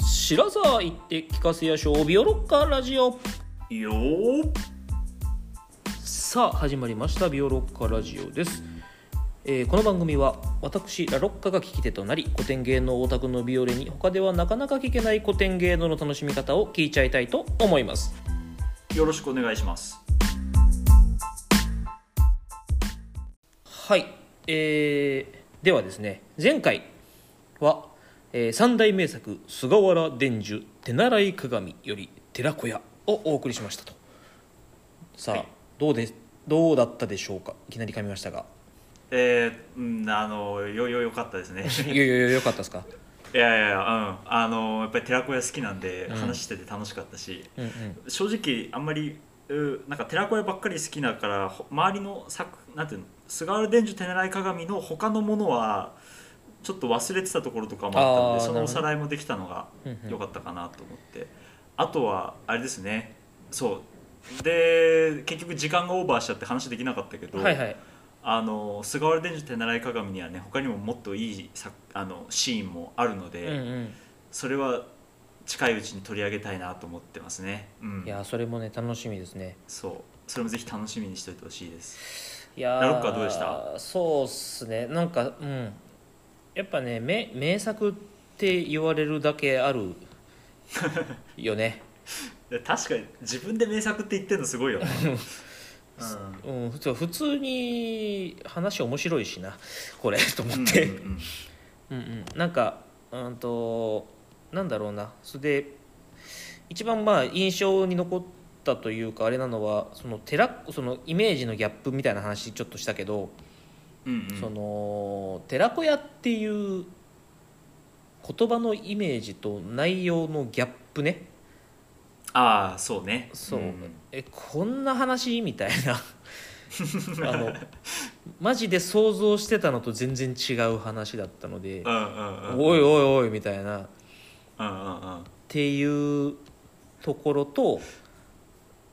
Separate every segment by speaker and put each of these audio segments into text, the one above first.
Speaker 1: 白沢行って聞かせやしょビオロッカラジオ
Speaker 2: よー
Speaker 1: さあ始まりましたビオロッカラジオです、えーこの番組は私ラロッカが聞き手となり古典芸能オタクのビオレに他ではなかなか聞けない古典芸能の楽しみ方を聞いちゃいたいと思います
Speaker 2: よろしくお願いします
Speaker 1: はい、えーではですね前回は、えー三大名作「菅原伝授手習い鏡」より「寺子屋」をお送りしましたとさあ、
Speaker 2: はい
Speaker 1: どうでどうだったでしょうかいきなり噛みました が
Speaker 2: えー、うんあのよよよかったです ね
Speaker 1: いやいやいやよかったですか
Speaker 2: いやいやいやうんあのやっぱり寺子屋好きなんで
Speaker 1: うん
Speaker 2: 話してて楽しかったし、
Speaker 1: うんうん
Speaker 2: 正直あんまりうなんか寺子屋ばっかり好きだからほ周りの作なんていうの菅原伝授手習い鏡の他のものはちょっと忘れてたところとかもあったの
Speaker 1: あー
Speaker 2: でそ
Speaker 1: な
Speaker 2: の
Speaker 1: る
Speaker 2: お
Speaker 1: ほど
Speaker 2: さらいもできたのが
Speaker 1: うんうん
Speaker 2: 良かったかなと思って、あとはあれですねそうで結局時間がオーバーしちゃって話できなかったけど、
Speaker 1: はいはい
Speaker 2: あの菅原伝授手習い鏡にはね他にももっといい作あのシーンもあるの
Speaker 1: う
Speaker 2: で、
Speaker 1: んうん
Speaker 2: それは近いうちに取り上げたいなと思ってますね。うん
Speaker 1: いやそれもね楽しみですね
Speaker 2: そうそれもぜひ楽しみにしておいてほしいです
Speaker 1: いやー
Speaker 2: ラロッカはどうでした
Speaker 1: そうっすねなんかうんやっぱね名名作って言われるだけあるよ ね
Speaker 2: いや確かに自分で名作って言ってるのす ごいよね、う
Speaker 1: うん、普通普通に話面白いしなこれと思
Speaker 2: ん、
Speaker 1: って、
Speaker 2: うんうん
Speaker 1: うんうんなんかうんとなんだろうなそれで一番まあ印象に残ったというかあれなのはその寺そのイメージのギャップみたいな話ちょっとしたけど、
Speaker 2: うんうん
Speaker 1: その寺子屋っていう言葉のイメージと内容のギャップね
Speaker 2: ああそうね
Speaker 1: そう、
Speaker 2: ん
Speaker 1: えこんな話みたい なあのマジで想像してたのと全然違う話だったので
Speaker 2: うんうんうん
Speaker 1: おいおいおいみたいなっ
Speaker 2: うんうんうん
Speaker 1: ていうところと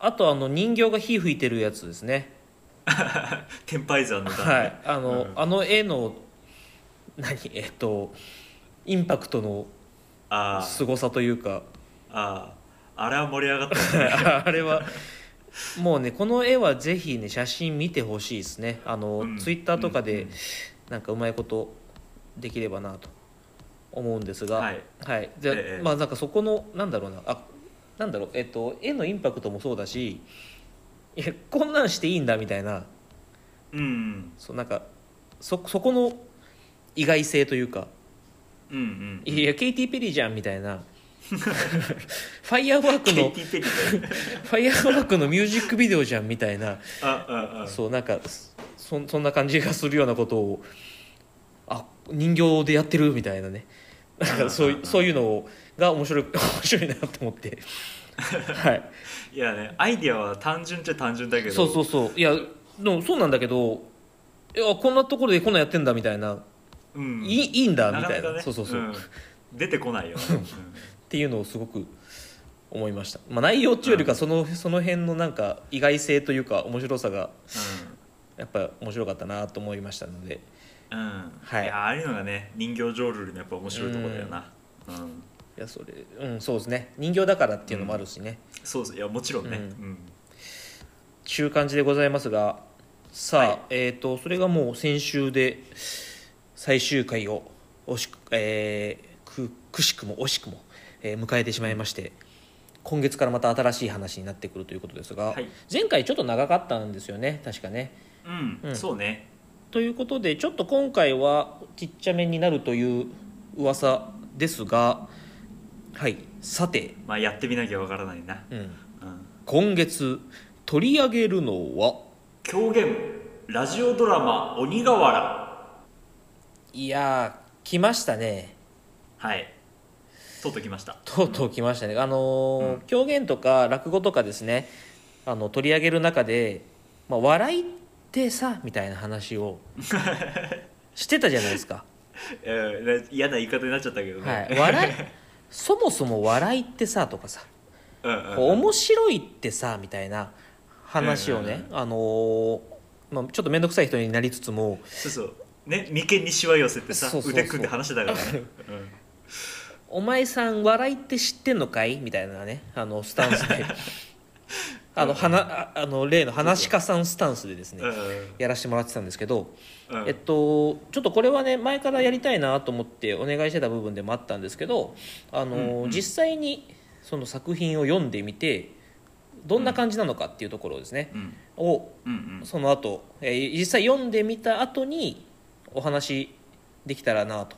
Speaker 1: あとあの人形が火吹いてるやつですね
Speaker 2: 天敗山の段
Speaker 1: は
Speaker 2: 階
Speaker 1: いあの,、
Speaker 2: うん
Speaker 1: あの絵の何えっとインパクトの
Speaker 2: ああ
Speaker 1: 凄さというか
Speaker 2: あああれは盛り上がったね
Speaker 1: あれはもうねこの絵はぜひね写真見てほしいですねあの、
Speaker 2: うん
Speaker 1: ツイッターとかで、
Speaker 2: うんうん
Speaker 1: なんかうまいことできればなと思うんですが
Speaker 2: はい、
Speaker 1: じゃあ、
Speaker 2: ええ
Speaker 1: まあなんかそこのなんだろうなあなんだろうえっと絵のインパクトもそうだしいやこんなんしていいんだみたいな
Speaker 2: うん
Speaker 1: そうなんかそそこの意外性というか
Speaker 2: うんうん
Speaker 1: いやケイティ・ペリーじゃんみたい なファイアワーク
Speaker 2: ケイ
Speaker 1: の
Speaker 2: ティ・ペリーだよね
Speaker 1: ファイアーワークのミュージックビデオじゃんみたいな
Speaker 2: あうんうん
Speaker 1: そうなんかそそんな感じがするようなことをあ人形でやってるみたいなねなんかそうい
Speaker 2: うんうんうん
Speaker 1: そういうのをが面白い 面白いなと思 ってはい
Speaker 2: いやねアイディアは単純っちゃ単純だけど
Speaker 1: そうそうそういやでもそうなんだけどいやこんなところでこんなんやってんだみたいな、
Speaker 2: う、ん、
Speaker 1: いいいいんだ
Speaker 2: な
Speaker 1: み
Speaker 2: か
Speaker 1: たい
Speaker 2: な
Speaker 1: な
Speaker 2: かね
Speaker 1: そうそうそう、っ
Speaker 2: ん出てこないよね、うん
Speaker 1: ていうのをすごく思いました、まあ、内容っていうよりかその,、その辺のなんか意外性というか面白さがやっぱ面白かったなと思いましたので
Speaker 2: うん、うん
Speaker 1: はい
Speaker 2: いやああいうのがね人形浄瑠璃のやっぱ面白いところだよな、うん
Speaker 1: いやそれうんそうですね人形だからっていうのもあるしね、
Speaker 2: そうそういやもちろんね、
Speaker 1: う
Speaker 2: うんん
Speaker 1: ちゅう感じでございますがさあ、
Speaker 2: はい
Speaker 1: えっ、とそれがもう先週で最終回を惜しく,、えーくくしくも惜しくも、えー迎えてしまいまして今月からまた新しい話になってくるということですが、
Speaker 2: はい
Speaker 1: 前回ちょっと長かったんですよね確かね。
Speaker 2: うん
Speaker 1: うん
Speaker 2: そうね
Speaker 1: ということでちょっと今回はちっちゃめになるという噂ですがはいさて、
Speaker 2: まあやってみなきゃわからないな、
Speaker 1: うん、
Speaker 2: うん、
Speaker 1: 今月取り上げるのは
Speaker 2: 狂言ラジオドラマ「鬼瓦
Speaker 1: いやー来ましたね」
Speaker 2: はいとうとう来ました
Speaker 1: とうとう来ましたねあのー
Speaker 2: うん
Speaker 1: 狂言とか落語とかですねあの取り上げる中で、まあ、笑いってさみたいな話 をしてたじゃないですか、
Speaker 2: えーね嫌な言い方になっちゃったけどね、
Speaker 1: はい、笑いそもそも笑いってさとかさ
Speaker 2: うんうん
Speaker 1: こう面白いってさみたいな話をね、あのーまあ、ちょっと面倒くさい人になりつつも
Speaker 2: そうそうね眉間にしわ寄せてさ
Speaker 1: そうそうそう
Speaker 2: 腕組んで話してたからね、うん
Speaker 1: お前さん笑いって知ってんのかい?」みたいなねあのスタンス であのはなああの例の話し家さんスタンスでですね
Speaker 2: う
Speaker 1: やらせてもらってたんですけど、
Speaker 2: んうん
Speaker 1: えっと、ちょっとこれはね前からやりたいなと思ってお願いしてた部分でもあったんですけどあの、
Speaker 2: うんうん
Speaker 1: 実際にその作品を読んでみてどんな感じなのかっていうところですね、
Speaker 2: うん
Speaker 1: を
Speaker 2: うんうん
Speaker 1: その後、えー実際読んでみた後にお話できたらなと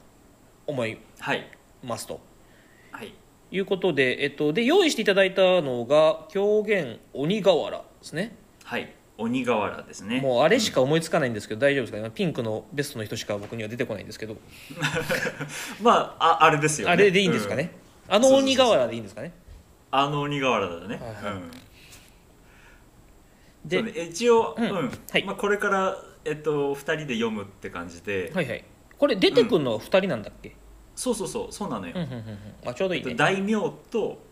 Speaker 1: 思い
Speaker 2: はい
Speaker 1: ますと
Speaker 2: はい
Speaker 1: いうことで,、えっと、で用意していただいたのが狂言鬼瓦ですね
Speaker 2: はい鬼瓦ですね
Speaker 1: もうあれしか思いつかないんですけど大丈夫ですか今ピンクのベストの人しか僕には出てこないんですけど
Speaker 2: まあああれですよ、ね、
Speaker 1: あれでいいんですか
Speaker 2: う
Speaker 1: ね、あの鬼瓦でいいんですかね
Speaker 2: あの鬼瓦だね、
Speaker 1: はいはい
Speaker 2: うん
Speaker 1: で、
Speaker 2: そうね一応、
Speaker 1: う
Speaker 2: うんん
Speaker 1: はい
Speaker 2: まあ、これから、えっと、2人で読むって感じで、
Speaker 1: はいはいこれ出てくるのは2人なんだっけ、
Speaker 2: そうそうそうそうなのよ、
Speaker 1: うん、うんうんうんあちょうどいい
Speaker 2: えっと
Speaker 1: ね
Speaker 2: 大名と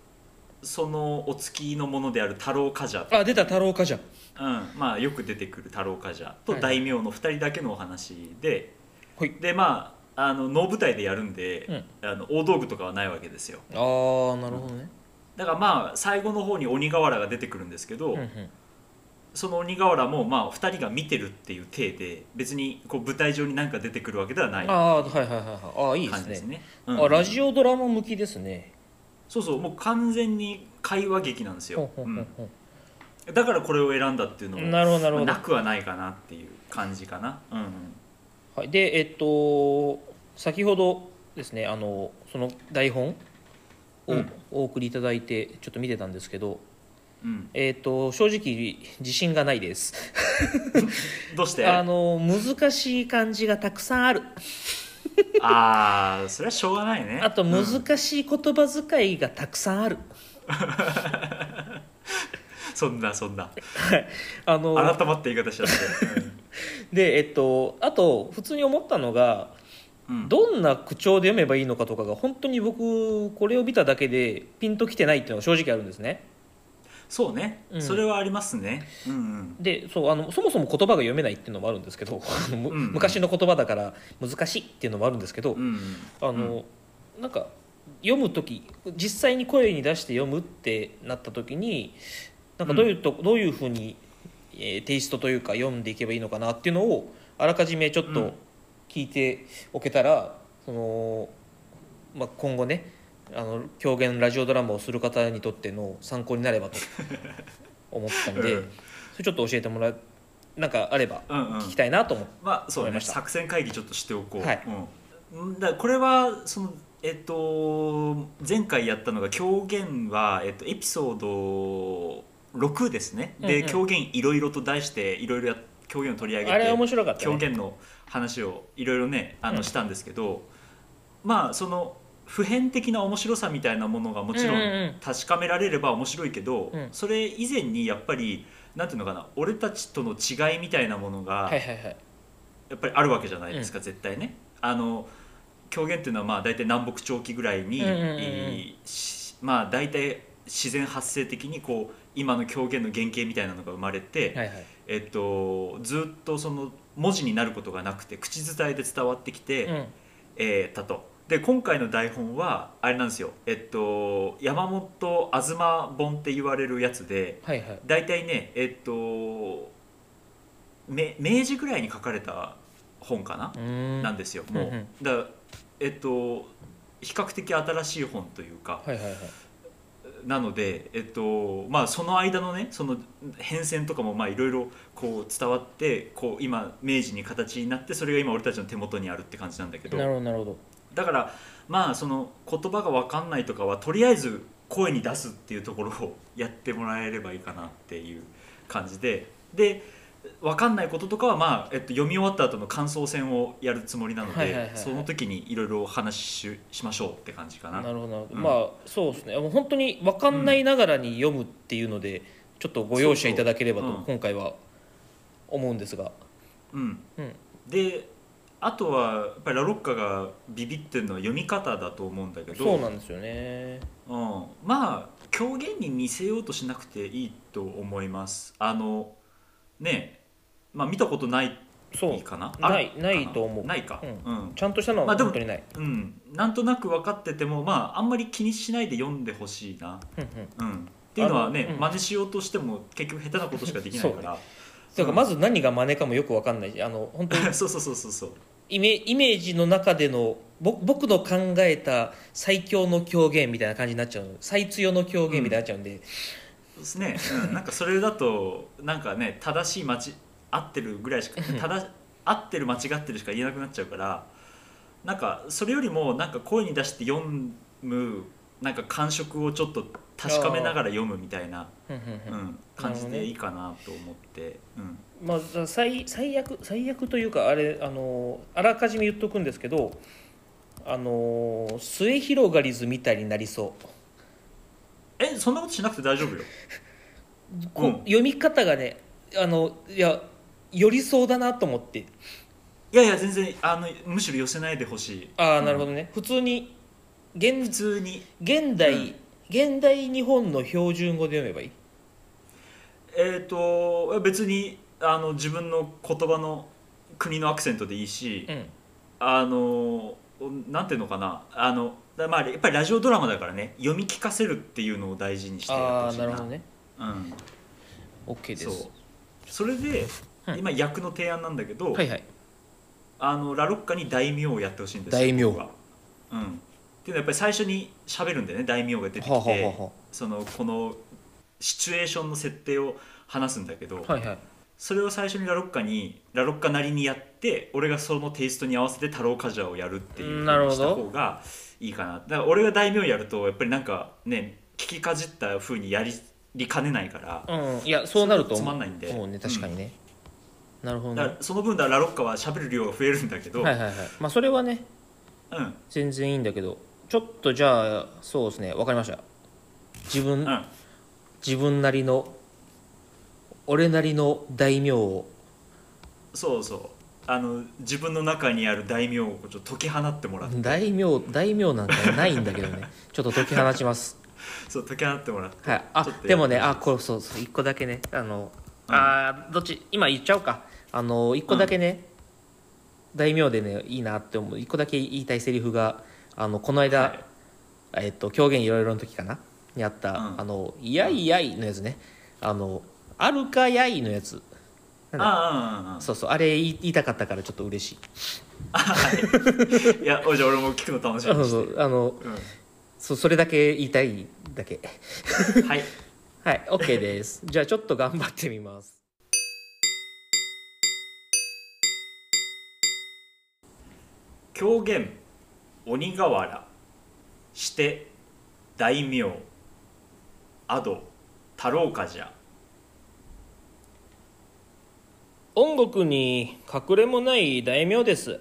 Speaker 2: そのお付きのものである太郎冠者、
Speaker 1: あ出た太郎かじゃん
Speaker 2: うんまあ、よく出てくる太郎冠者
Speaker 1: は
Speaker 2: と
Speaker 1: いはい
Speaker 2: 大名の2人だけのお話で、
Speaker 1: はい
Speaker 2: でまああの能舞台でやるんで、
Speaker 1: うん
Speaker 2: あの大道具とかはないわけですよ
Speaker 1: あーなるほどね、
Speaker 2: だからまあ最後の方に鬼瓦が出てくるんですけど、
Speaker 1: うんうん、
Speaker 2: その鬼瓦もまあ2人が見てるっていう体で別にこう舞台上に何か出てくるわけではない
Speaker 1: あ
Speaker 2: 感
Speaker 1: あはいはいはいはいあーいい
Speaker 2: じ
Speaker 1: で
Speaker 2: ですす
Speaker 1: ね
Speaker 2: ね
Speaker 1: あラジオドラマ向きですね。
Speaker 2: そうそうもう完全に会話劇なんです
Speaker 1: ほう
Speaker 2: よ、
Speaker 1: ほうほうほう
Speaker 2: うんだからこれを選んだっていうのも
Speaker 1: なるほどなるほ
Speaker 2: な
Speaker 1: ど。
Speaker 2: くはないかなっていう感じかな、うんうん、
Speaker 1: はい、でえっと先ほどですねあのその台本を
Speaker 2: うん
Speaker 1: お送りいただいてちょっと見てたんですけど、
Speaker 2: うん
Speaker 1: えっと正直自信がないです。
Speaker 2: どうし て
Speaker 1: あ
Speaker 2: あ
Speaker 1: の難しい漢字がたくさんある。
Speaker 2: あーそれはしょうがないね
Speaker 1: あと
Speaker 2: うん
Speaker 1: 難しい言葉遣いがたくさんある。
Speaker 2: そんなそんな
Speaker 1: あの
Speaker 2: 改まった言い方しちゃって、
Speaker 1: でえっとあと普通に思ったのが。
Speaker 2: うんうん
Speaker 1: どんな口調で読めばいいのかとかが本当に僕これを見ただけでピンときてないっていうのが正直あるんですね
Speaker 2: そうね、
Speaker 1: うん
Speaker 2: それはありますねうんうん
Speaker 1: でそうあのそもそも言葉が読めないっていうのもあるんですけどあ のむ
Speaker 2: うんうん
Speaker 1: 昔の言葉だから難しいっていうのもあるんですけど、
Speaker 2: うんうん
Speaker 1: あのなんか読む時実際に声に出して読むってなった時になんかどういうと、どういうふうに、えーテイストというか読んでいけばいいのかなっていうのをあらかじめちょっ
Speaker 2: う
Speaker 1: と
Speaker 2: ん
Speaker 1: 聞いておけたら、そのまあ、今後ねあの狂言ラジオドラマをする方にとっての参考になれば と思ったんで、
Speaker 2: うん
Speaker 1: それちょっと教えてもらうなんかあれば
Speaker 2: うんうん
Speaker 1: 聞きたいなと思って、
Speaker 2: まあそう
Speaker 1: 思いま
Speaker 2: ね
Speaker 1: した
Speaker 2: 作戦会議ちょっとしておこう、
Speaker 1: はい
Speaker 2: うん、だからこれはそのえっと前回やったのが狂言は、えっと、エピソード6ですね、
Speaker 1: うん
Speaker 2: で
Speaker 1: うん
Speaker 2: 狂言いろいろと題していろいろや狂言を取り上げて
Speaker 1: あれは面白かった、
Speaker 2: 狂
Speaker 1: ね、
Speaker 2: 言の話をいろいろねあ
Speaker 1: う
Speaker 2: の
Speaker 1: ん
Speaker 2: したんですけど、まあその普遍的な面白さみたいなものがもちろ
Speaker 1: うんうんうん
Speaker 2: ん確かめられれば面白いけど、
Speaker 1: うん
Speaker 2: それ以前にやっぱりなんていうのかな俺たちとの違いみたいなものが
Speaker 1: はいはいはい
Speaker 2: やっぱりあるわけじゃないですか、絶対ね。あの狂言っていうのはまあ大体南北朝期ぐらいに、
Speaker 1: うんうんうんうん
Speaker 2: いしまあ大体自然発生的にこう今の狂言の原型みたいなのが生まれて、
Speaker 1: はいはい
Speaker 2: えっと、ずっとその文字になることがなくて口伝えで伝わってきて、
Speaker 1: うん
Speaker 2: えーたと。で今回の台本はあれなんですよ、えっと、山本東本って言われるやつで
Speaker 1: はいはい
Speaker 2: 大体ねえっとめ明治ぐらいに書かれた本かな、
Speaker 1: うーん
Speaker 2: なんですよもう、
Speaker 1: うんうん
Speaker 2: だからえっと比較的新しい本というか、
Speaker 1: はいはいはい
Speaker 2: なので、えっとまあ、その間のねその変遷とかもまあいろいろこう伝わってこう今明治に形になってそれが今俺たちの手元にあるって感じなんだけど
Speaker 1: なるほどなるほど
Speaker 2: だからまあその言葉が分かんないとかはとりあえず声に出すっていうところをやってもらえればいいかなっていう感じでで分かんないこととかは、まあえっと、読み終わった後の感想戦をやるつもりなので、
Speaker 1: はいはいはいはい
Speaker 2: その時にいろいろお話しししましょうって感じかな。
Speaker 1: なるほどなるほど、
Speaker 2: うん
Speaker 1: まあそうですねもう本当に分かんないながらに読むっていうので、ちょっとご容赦いただければと
Speaker 2: そうそううん
Speaker 1: 今回は思うんですが、
Speaker 2: うん
Speaker 1: うん
Speaker 2: であとはやっぱりラロッカがビビってるのは読み方だと思うんだけど
Speaker 1: そうなんですよね
Speaker 2: うん、まあ狂言に似せようとしなくていいと思います。あのねまあ、見たことない
Speaker 1: そう
Speaker 2: いいかなある
Speaker 1: ないないと思う
Speaker 2: ないか
Speaker 1: うん
Speaker 2: うん、
Speaker 1: ちゃんとしたの
Speaker 2: ま
Speaker 1: は
Speaker 2: あでも
Speaker 1: 本当にない、
Speaker 2: うん、なんとなく分かっててもまああんまり気にしないで読んでほしいな、
Speaker 1: うんうん
Speaker 2: うん、っていうのはね
Speaker 1: あのうん
Speaker 2: 真似しようとしても結局下手なことしかできないから
Speaker 1: だからまず何が真似かもよく分かんないしあの本 当に
Speaker 2: そうそうそうそうそう
Speaker 1: イメイメージの中でのぼ僕の考えた最強の狂言みたいな感じになっちゃうの最強の狂言みたいになっちゃうんで、
Speaker 2: ですね、うん、なんかそれだとなんかね正しい間ち合ってるぐらいしか
Speaker 1: うん
Speaker 2: 正合ってる間違ってるしか言えなくなっちゃうからなんかそれよりもなんか声に出して読むなんか感触をちょっと確かめながら読むみたいな、
Speaker 1: うんうん
Speaker 2: う
Speaker 1: うん
Speaker 2: ん、感じでいいかなと思って、うん、
Speaker 1: まあ、だから最最悪最悪というかあれあのあらかじめ言っとくんですけどあの末広がり図みたいになりそう
Speaker 2: えそんなことしなくて大丈夫よ
Speaker 1: こう
Speaker 2: うん
Speaker 1: 読み方がねあのいや寄りそうだなと思って
Speaker 2: いやいや全然あのむしろ寄せないでほしい
Speaker 1: ああなるほ
Speaker 2: ど、
Speaker 1: どね、普通に
Speaker 2: うん普
Speaker 1: 現
Speaker 2: 通に
Speaker 1: 現代、
Speaker 2: うん
Speaker 1: 現代日本の標準語で読めばいい
Speaker 2: えっ、と別にあの自分の言葉の国のアクセントでいいし、
Speaker 1: うん
Speaker 2: あのなんていうのかなあのだまあやっぱりラジオドラマだからね読み聞かせるっていうのを大事にしてや
Speaker 1: あ
Speaker 2: っ
Speaker 1: あ
Speaker 2: て
Speaker 1: なる
Speaker 2: ほ
Speaker 1: ほ
Speaker 2: しい
Speaker 1: どね
Speaker 2: な、うん、
Speaker 1: OK で
Speaker 2: そう
Speaker 1: す
Speaker 2: それで、
Speaker 1: うん
Speaker 2: 今役の提案なんだけど、
Speaker 1: はいはい
Speaker 2: あのラロッカに大名をやってほしいんですよ
Speaker 1: 大名
Speaker 2: 僕はうんっていうのはやっぱり最初に喋るんだよね大名が出てきて、
Speaker 1: はあはあは
Speaker 2: そのこのシチュエーションの設定を話すんだけど、
Speaker 1: あはいはい
Speaker 2: それを最初にラロッカにラロッカなりにやって俺がそのテイストに合わせて太郎カジャをやるっていう
Speaker 1: な
Speaker 2: 風
Speaker 1: るほど
Speaker 2: にした方がいいかなだから俺が大名やるとやっぱりなんかね聞きかじった風にやりりかねないから
Speaker 1: うんいやそうなると
Speaker 2: つ
Speaker 1: 思
Speaker 2: まん
Speaker 1: う
Speaker 2: ないんで
Speaker 1: 思うね確かにね、なるほど
Speaker 2: うん
Speaker 1: ね
Speaker 2: だからその分だからラロッカは喋る量が増えるんだけど、
Speaker 1: はいはいはいまあそれはね
Speaker 2: うん
Speaker 1: 全然いいんだけどちょっとじゃあそうですねわかりました自分、
Speaker 2: うん
Speaker 1: 自分なりの俺なりの大名を
Speaker 2: そうそうあの自分の中にある大名をちょっと解き放ってもらって、
Speaker 1: 大名大名なんかないんだけど ねちょっと解き放ちます
Speaker 2: そう解き放ってもらって
Speaker 1: はい
Speaker 2: ちょっ
Speaker 1: あ
Speaker 2: と
Speaker 1: でもね
Speaker 2: や
Speaker 1: あ
Speaker 2: って
Speaker 1: これそうそう一個だけねあの、
Speaker 2: うん
Speaker 1: あーどっち今言っちゃおうかあの一個だけね、大名でねいいなって思う一個だけ言いたいセリフがあのこの間、
Speaker 2: はい
Speaker 1: えっと、狂言いろいろの時かなにあった、
Speaker 2: うん
Speaker 1: あの「いやいやい」のやつねあの「あるかやい」のやつな
Speaker 2: あ
Speaker 1: んだ
Speaker 2: ああああ
Speaker 1: そうそうあれ言い言いたかったからちょっと嬉しい
Speaker 2: あいやおじゃあ俺も聞くの楽し
Speaker 1: そ
Speaker 2: み
Speaker 1: う
Speaker 2: にして
Speaker 1: そ
Speaker 2: る
Speaker 1: うあのそうそれだけ言いたいだけ
Speaker 2: うん、はい
Speaker 1: はい OK ですじゃあちょっと頑張ってみます
Speaker 2: 狂言鬼瓦して大名アド太郎冠じゃ
Speaker 1: 音国に隠れもない大名です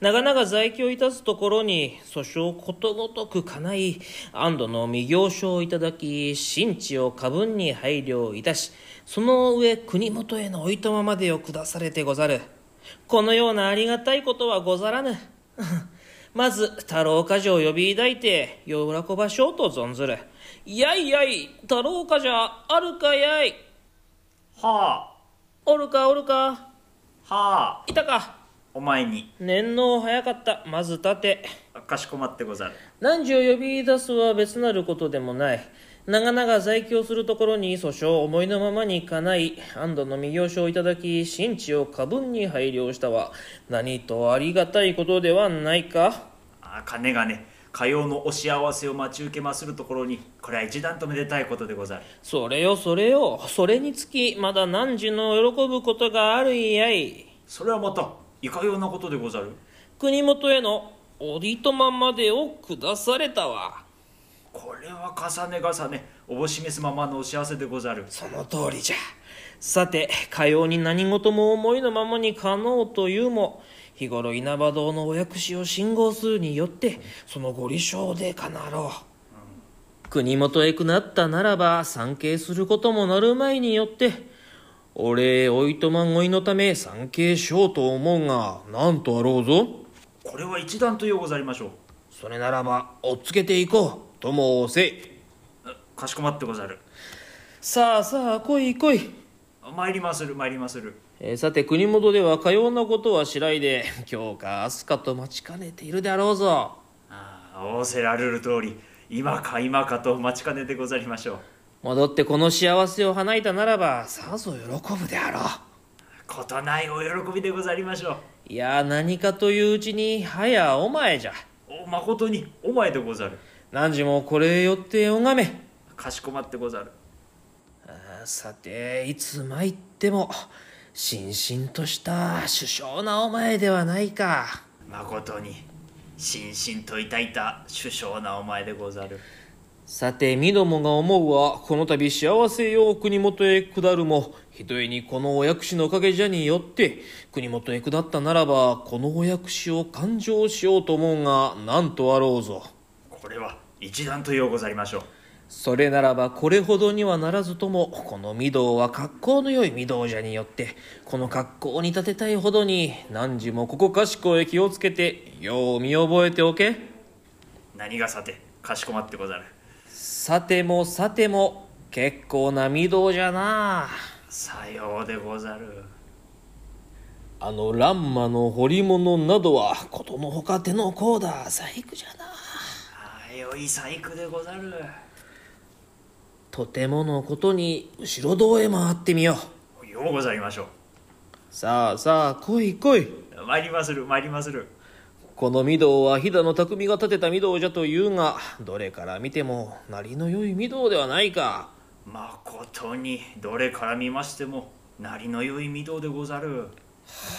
Speaker 1: 長々在京いたすところに訴訟をことごとく叶い安堵の未行書をいただき真知を過分に配慮いたしその上国元へのおいとままでを下されてござるこのようなありがたいことはござらぬ まず太郎冠者を呼び抱いて喜ばしょうと存ずるやいやい太郎冠者あるかやい
Speaker 2: は
Speaker 1: おるかおるか
Speaker 2: あはあ
Speaker 1: いたか
Speaker 2: お前に
Speaker 1: 年の早かったまず立て
Speaker 2: かしこまってござる
Speaker 1: 汝を呼び出すは別なることでもない長々在京するところに訴訟思いのままにかない安堵の御行書をいただき真知を過分に配慮したは何とありがたいことではないか
Speaker 2: あ金がねかようのお幸せを待ち受けまするところにこれは一段とめでたいことでござる
Speaker 1: それよそれよそれにつきまだ何時の喜ぶことがあるいやい
Speaker 2: それはまたいかようなことでござる
Speaker 1: 国元へのおりとままでを下されたわ
Speaker 2: これは重ね重ねおぼしめすままのお幸せでござる
Speaker 1: その通りじゃさてかように何事も思いのままに可能というも日頃稲葉堂のお役士を信号するによってそのご理性でかなろう国元へくなったならば参詣することもなるまいによってお礼おいとまごいのため参詣しようと思うがなんとあろうぞ
Speaker 2: これは一段とようござりましょう
Speaker 1: それならばおっつけていこうともおせい
Speaker 2: あかしこまってござる
Speaker 1: さあさあ来い来い
Speaker 2: 参りまする参りまする
Speaker 1: えーさて国元ではかようなことはしないで 今日か明日かと待ちかねているであろうぞ
Speaker 2: ああ仰せられる通り今か今かと待ちかねてござりましょう
Speaker 1: 戻ってこの幸せを花いたならばさぞ喜ぶであろう
Speaker 2: ことないお喜びでござりましょう
Speaker 1: いや何かといううちに早お前じゃ
Speaker 2: おまことにお前でござる
Speaker 1: 何時もこれへ寄って拝め
Speaker 2: かしこまってござる
Speaker 1: あーさていつ参ってもしんしんとした首相なお前ではないか
Speaker 2: まことにしんしんといたいた首相なお前でござる
Speaker 1: さて身どもが思うはこの度幸せよう国元へ下るもひとえにこのお薬師のおかげじゃによって国元へ下ったならばこのお薬師を勘定しようと思うがなんとあろうぞ
Speaker 2: これは一段とようござりましょう
Speaker 1: それならばこれほどにはならずともこの御堂は格好の良い御堂じゃによってこの格好に立てたいほどに何時もここかしこへ気をつけてよう見覚えておけ
Speaker 2: 何がさてかしこまってござる
Speaker 1: さてもさても結構な御堂じゃな
Speaker 2: さようでござる
Speaker 1: あの乱馬の彫り物などはことのほか手の甲だ細工じゃな
Speaker 2: ああよい細工でござる
Speaker 1: とてものことに後ろ堂へ回ってみよう
Speaker 2: ようござりましょ
Speaker 1: さあさあ来い来いう
Speaker 2: 参りまする参りまする
Speaker 1: この御堂は飛騨の匠が建てた御堂じゃというがどれから見てもなりの良い御堂ではないか
Speaker 2: まことにどれから見ましてもなりのよい御堂でござる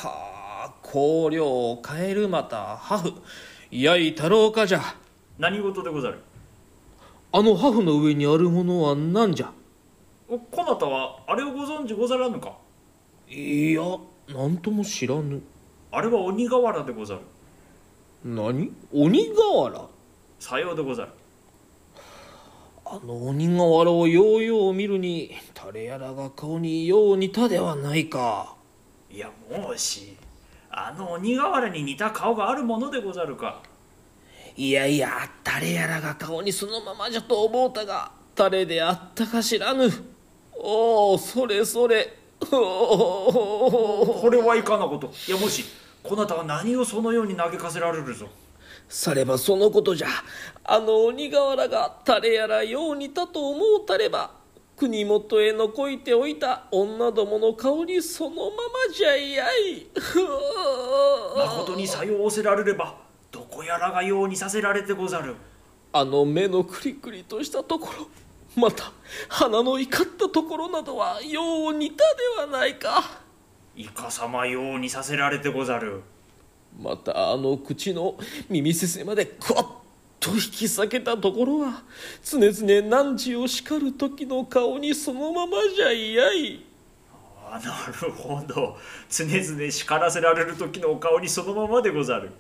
Speaker 1: はあ香料変えるまたハフいやい太郎かじゃ
Speaker 2: 何事でござる
Speaker 1: あのハフの上にあるものは何じゃ
Speaker 2: おこなたはあれをご存知ござらぬか
Speaker 1: いや何とも知らぬ
Speaker 2: あれは鬼瓦でござる
Speaker 1: 何鬼瓦
Speaker 2: さようでござる
Speaker 1: あの鬼瓦をようよう見るにタレやらが顔によう似たではないか
Speaker 2: いやもうしあの鬼瓦に似た顔があるものでござるか
Speaker 1: いやいやタレやらが顔にそのままじゃと思うたがタレであったか知らぬおおそれそれおお
Speaker 2: これはいかなこといやもしこなたは何をそのように嘆かせられるぞ
Speaker 1: さればそのことじゃあの鬼瓦がタレやらよう似たと思うたれば国元へ残いておいた女どもの顔にそのままじゃいやい
Speaker 2: まことにさようおせられればどこやらがようにさせられてござる
Speaker 1: あの目のクリクリとしたところまた鼻の怒ったところなどはよう似たではないか
Speaker 2: いかさまようにさせられてござる
Speaker 1: またあの口の耳すせまでクワッと引き裂けたところは常々汝を叱る時の顔にそのままじゃいやい
Speaker 2: あなるほど常々叱らせられる時のお顔にそのままでござる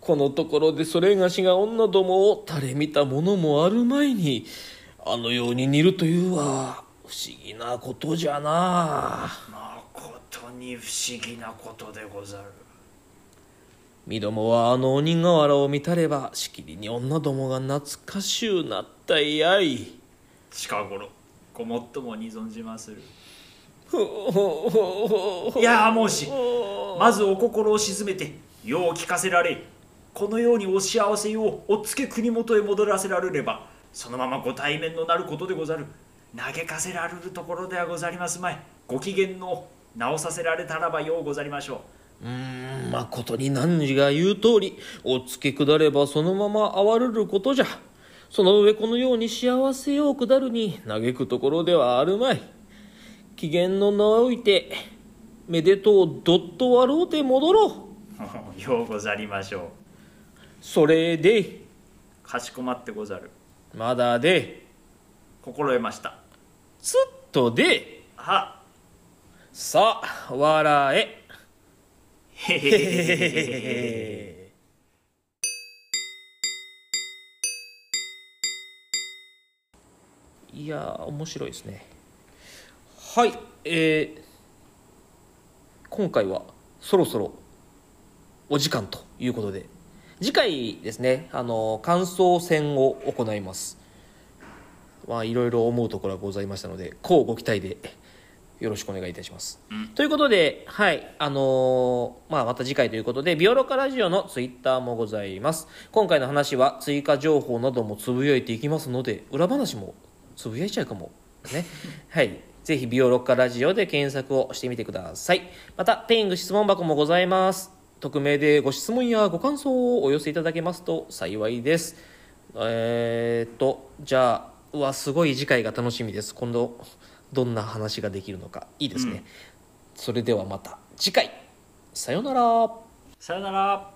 Speaker 1: このところでそれがしが女どもを垂れ見たものもある前にあのように似るというは不思議なことじゃな
Speaker 2: まことに不思議なことでござる
Speaker 1: 身どもはあの鬼瓦を見たればしきりに女どもが懐かしゅうなったいやい
Speaker 2: 近頃ごもっともに存じまするい
Speaker 1: い
Speaker 2: やもうしまずお心を静めてよう聞かせられこのようにお幸せをおっつけ国元へ戻らせられればそのままご対面のなることでござる嘆かせられるところではござりますまいご機嫌の直させられたらばようござりましょ
Speaker 1: うーんまことに汝が言う通りおつけ下ればそのまま哀れることじゃその上このように幸せを下るに嘆くところではあるまい機嫌の名を置いてめでとうどっと笑うて戻ろう
Speaker 2: う ようござりましょ
Speaker 1: それで
Speaker 2: うかしこまってござる
Speaker 1: まだで
Speaker 2: 心得ました
Speaker 1: つっとで
Speaker 2: は
Speaker 1: さあ笑え
Speaker 2: へへへへへ
Speaker 1: いやー面白いですねはいえー今回はそろそろお時間ということで次回ですねあの感想戦を行いますまあいろいろ思うところがございましたのでこうご期待でよろしくお願いいたします。
Speaker 2: うん
Speaker 1: ということで、はい、あのーまあ、また次回ということで、ビオロカラジオのツイッターもございます。今回の話は追加情報などもつぶやいていきますので、裏話もつぶやいちゃうかも。ね。 はい。ぜひビオロカラジオで検索をしてみてください。また、ペイング質問箱もございます。匿名でご質問やご感想をお寄せいただけますと幸いです。えーっと、じゃあ、うわ、すごい次回が楽しみです。今度、どんな話ができるのか。いいですね。
Speaker 2: うん
Speaker 1: それではまた次回さようなら
Speaker 2: さよなら